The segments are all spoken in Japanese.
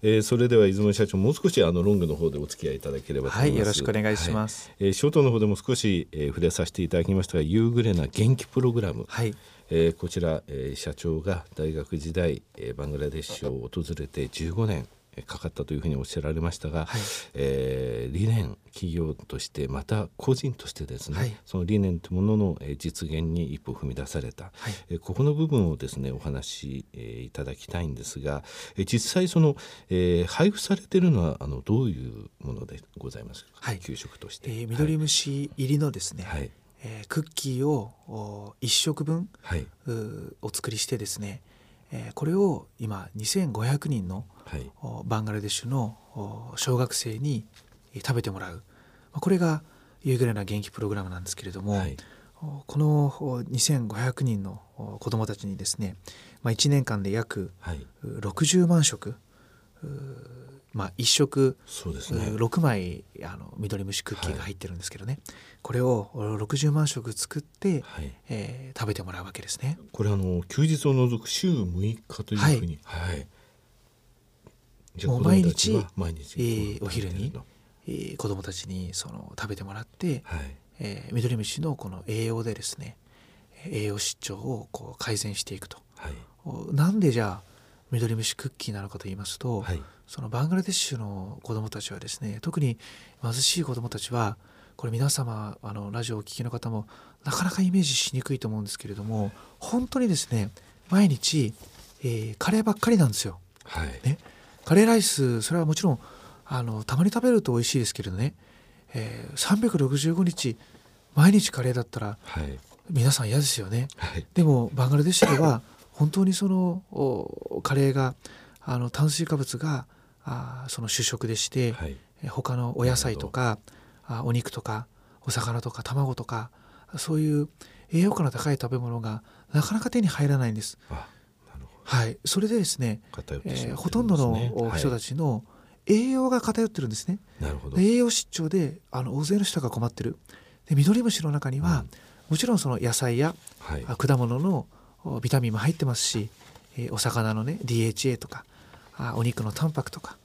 えー、それでは出雲社長もう少しあのロングの方でお付き合いいただければと思います、はいよろしくお願いしますはい、えー、ショートの方でも少し、えー、触れさせていただきましたが夕暮れな元気プログラム、はいえー、こちら、えー、社長が大学時代、えー、バングラデシュを訪れて15年かかったというふうにおっしゃられましたが、はい、えー、理念企業としてまた個人としてですね、はい、その理念というものの実現に一歩踏み出された、はい、ここの部分をですねお話しいただきたいんですが実際その、えー、配布されているのはあのどういうものでございますか、はい、給食として。えー、緑虫入りのですね、はいえー、クッキーを1食分、はい、お作りしてですねえー、これを今2,500人の、はい、バングラデシュの小学生に食べてもらうこれが夕暮れな元気プログラムなんですけれども、はい、この2,500人の子どもたちにですね、まあ、1年間で約60万食、はい、まあ、1食そうです、ね、 6枚あの緑虫クッキーが入ってるんですけどね、これを60万食作って、はい、えー、食べてもらうわけですね。これあの休日を除く週6日というふうに、はい、はい、じゃもう毎日毎日、えー、お昼に、えー、子どもたちにその食べてもらって、はい、えー、緑虫のこの栄養でですね栄養失調をこう改善していくと。はい、なんでじゃあ緑虫クッキーなのかと言いますと、はい、そのバングラデシュの子どもたちはですね特に貧しい子どもたちはこれ皆様あのラジオをお聴きの方もなかなかイメージしにくいと思うんですけれども本当にですね毎日、えー、カレーばっかりなんですよ。はい、ね、カレーライスそれはもちろんあのたまに食べると美味しいですけれどね、えー、365日毎日カレーだったら、はい、皆さん嫌ですよね。でもバングラデシュでは本当にそのカレーがあの炭水化物があその主食でして、はい、他のお野菜とかあお肉とかお魚とか卵とかそういう栄養価の高い食べ物がなかなか手に入らないんです。はい、それでですねですね、えー、ほとんどの人たちの栄養が偏ってるんですね。はい、なるほど栄養失調であの大勢の人が困ってる。で緑虫の中には、うん、もちろんその野菜や、はい、果物のビタミンも入ってますし、えー、お魚のね DHA とかあお肉のタンパクとか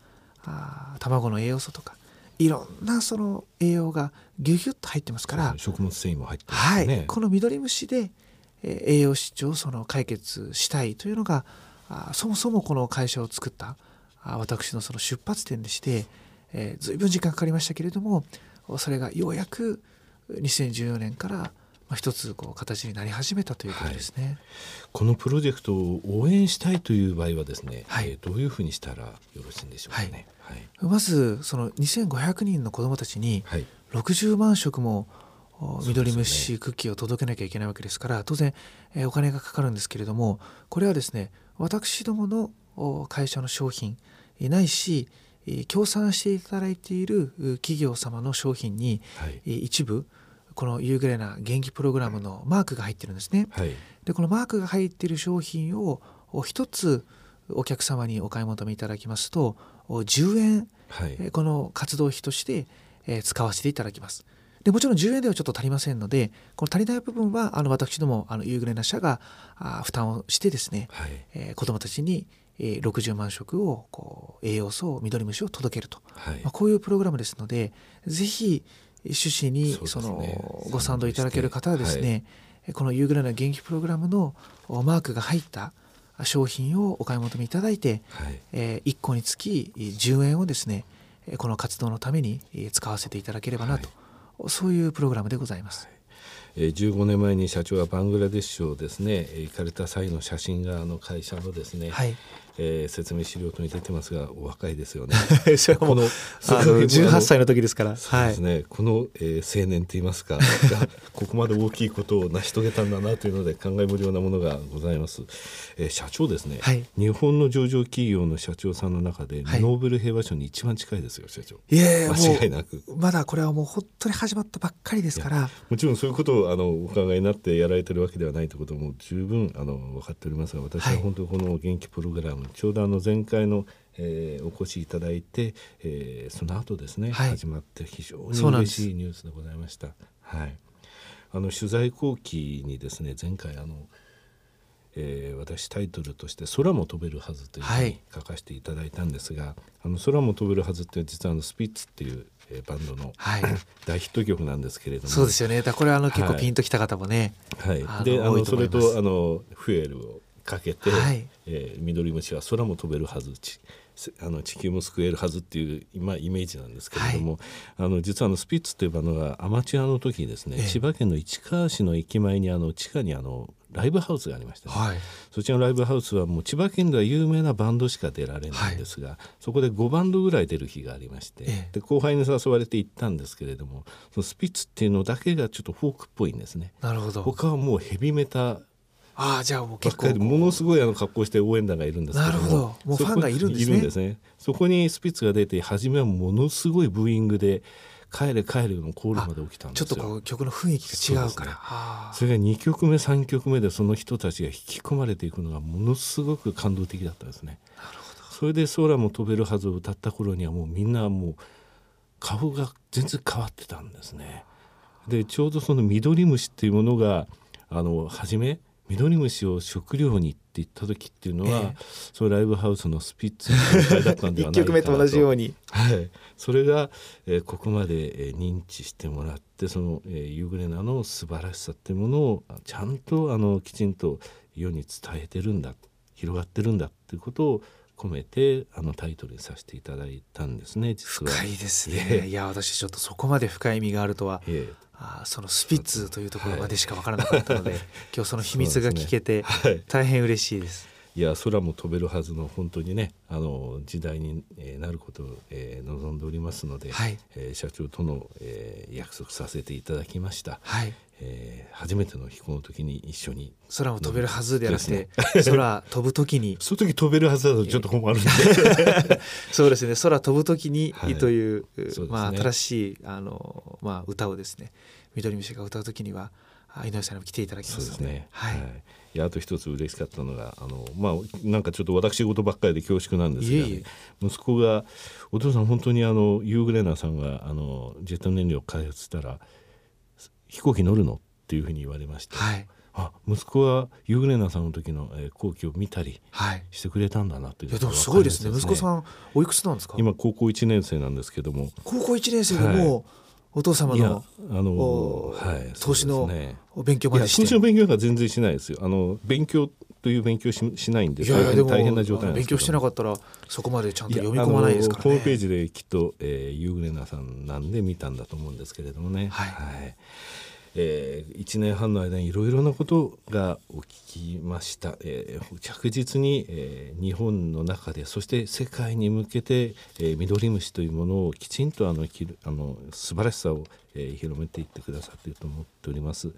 あ卵の栄養素とかいろんなその栄養がギュギュッと入ってますから、食物繊維も入ってますね、はい、この緑虫で、えー、栄養失調をその解決したいというのがあそもそもこの会社を作ったあ私のその出発点でして、えー、随分時間かかりましたけれどもそれがようやく2014年からまあ、一つこう形になり始めたということですね、はい、このプロジェクトを応援したいという場合はですね、はいえー、どういうふうにしたらよろしいんでしょうかね。はい、まずその2500人の子どもたちに60万食も緑虫クッキーを届けなきゃいけないわけですから、ね、当然、えー、お金がかかるんですけれどもこれはですね私どもの会社の商品ないし協賛していただいている企業様の商品に、はい、一部この夕暮れな元気プログラムのマークが入ってるんですね。はい、でこのマークが入ってる商品を一つお客様にお買い求めいただきますと10円、はい、この活動費として使わせていただきます。でもちろん10円ではちょっと足りませんのでこの足りない部分はあの私どもあの夕暮れな社が負担をしてですね、はいえ子どもたちに60万食をこう栄養素を緑虫を届けると、はいまあ、こういうプログラムですのでぜひ趣旨にそのご賛同いただける方はですね、この夕暮れの元気プログラムのマークが入った商品をお買い求めいただいて、え1個につき10円をですねこの活動のために使わせていただければなと、そういうプログラムでございます。 15年前に社長がバングラデシュをですね行かれた際の写真があの会社のですね、はい、えー、説明資料とに出てますがお若いですよね。 それもこのあの18歳の時ですから。そうですね。はい、この、えー、青年と言い ますかここまで大きいことを成し遂げたんだなというので感慨無量なものがございます。えー、社長ですね、はい、日本の上場企業の社長さんの中で、はい、ノーベル平和賞に一番近いですよ社長。いや間違いなく。まだこれはもう本当に始まったばっかりですから。もちろんそういうことをあのお考えになってやられてるわけではないということも十分あの分かっておりますが、私は本当この元気プログラム、ちょうどあの前回の、えー、お越しいただいて、えー、その後ですね、はい、始まって非常に嬉しいニュースでございました。はい、あの取材後期にですね前回あのえー私タイトルとして「空も飛べるはず」というふうに書かせていただいたんですが「あの空も飛べるはず」って実はあのスピッツっていう、えーバンドのはい大ヒット曲なんですけれどもそうですよねだからこれはあの結構はいピンときた方もね、あはのい、であ多のいとそ思いれますとあのフエルをかけて、はいえー緑虫は空も飛べるはずちせあの地球も救えるはずっていう今イメージなんですけれども、あの実はあのスピッツというバンドがアマチュアの時にですね、ええ千葉県の市川市の駅前にあの地下にあのライブハウスがありました、ねはいそちらのライブハウスはもう千葉県では有名なバンドしか出られないんですが、そこで5バンドぐらい出る日がありまして、ええで後輩に誘われて行ったんですけれどもそのスピッツっていうのだけがちょっとフォークっぽいんですね。なるほど他はもうヘビメタああじゃあもうばっ結か構りでものすごいあの格好して応援団がいるんですけどもなるほどもうファンがいるんですねそこねそこにスピッツが出て初めはものすごいブーイングで「帰れ帰れ」のコールまで起きたんですちょよっとこう曲の雰囲気が違うそうですからねああそれが2曲目3曲目でその人たちが引き込まれていくのがものすごく感動的だったんですねなるほどそれで「空も飛べるはず」を歌った頃にはもうみんなもう顔が全然変わってたんですね。でちょうどそのミドリムシっていうものがあの初めミドリムシを食料にって言った時っていうのは、ええそのライブハウスのスピッツの状態だったんではないかなと 一曲目と同じように、にはい、それが、えーここまで、えー認知してもらってその、えーユーグレナの素晴らしさっていうものをちゃんとあのきちんと世に伝えてるんだ広がってるんだっていうことを込めてあのタイトルにさせていただいたんですね実は。深いですえねいや私ちょっとそこまで深い意味があるとはええあーそのスピッツというところまでしか分からなかったので、 今日その秘密が聞けてはい、大変嬉しいです。いや空も飛べるはずの本当にねあの時代にえーなることをえー望んでおりますので、はいえー社長とのえー約束させていただきました、はいえー初めての飛行の時に一緒に空も飛べるはずではなくて、ですね 空飛ぶ時 にその時飛べるはずだとちょっと困るんで、そうですね空飛ぶ時にはいという、すねまあ新しいあのまあ歌をですね緑虫が歌う時にはあ井上さんにも来ていただき そまうですのすでね。はい、いやあと一つ嬉しかったのがあのまあなんかちょっと私事ばっかりで恐縮なんですが、いえい息子が「お父さん本当にあのユーグレナさんがあのジェット燃料を開発したら飛行機乗るの?」っていうふうに言われまして、はいあ息子はユーグレナさんの時の、えー、後期を見たりはいしてくれたんだなといういことがやでも分すかごるいですね息子さんおいくつなんですか今高校1年生なんですけども高校一年生でもうお父様いやのあのおはい投資そのうですねお勉強いまやでして投資の勉強が全然しないですよあの勉強という勉強ししないんでいやいやでも大変な状態なあんので勉すけど強してなかったらそこまでちゃんと読み込まないですからいね。やあのホームページできっと、えー、ユーグレナさんなんで見たんだと思うんですけれどもね、はいえー、1年半の間にいろいろなことが起きました、えー着実に、えー日本の中でそして世界に向けて、えー、ミドリムシというものをきちんとあのきるあの素晴らしさを、えー広めていってくださっていると思っております、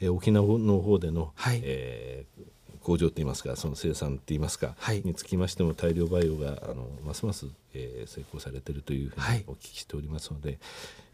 えー沖縄の方での、はいえー工場といいますかその生産といいますか、はいにつきましても大量培養があのますます、えー成功されているというふうはにいお聞きしておりますので、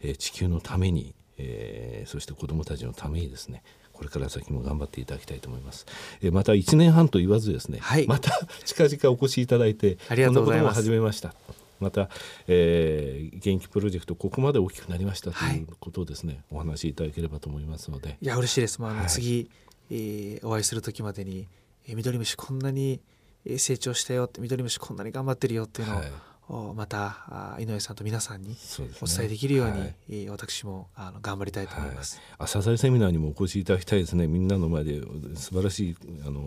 えー地球のために、えーそして子どもたちのためにですねこれから先も頑張っていただきたいと思います、えーまた1年半と言わずですね、はいまた近々お越しいただいてありがとうございまこんなことすも始めましたまた、えー、元気プロジェクトここまで大きくなりましたとはいいうことをですね、お話しいただければと思いますのでいや嬉しいです。まああのはい次、えーお会いする時までに、えー、緑虫こんなにえー成長したよって緑虫こんなに頑張ってるよっていうのはいを、おまたあー井上さんと皆さんにそうですおね伝えできるように、はいえー私もあの頑張りたいと思います。はい、朝鮮セミナーにもお越しいただきたいですねみんなの前で素晴らしいあの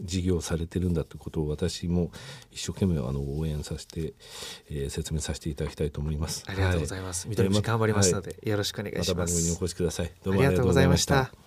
事業をされてるんだということを私も一生懸命あの応援させて、えー説明させていただきたいと思いますありがとうございます。緑えー虫た頑張りますのはいで、よろしくお願いましたま番組におす。越しくださいどあうもりあがりがととううごござざいいままししたた。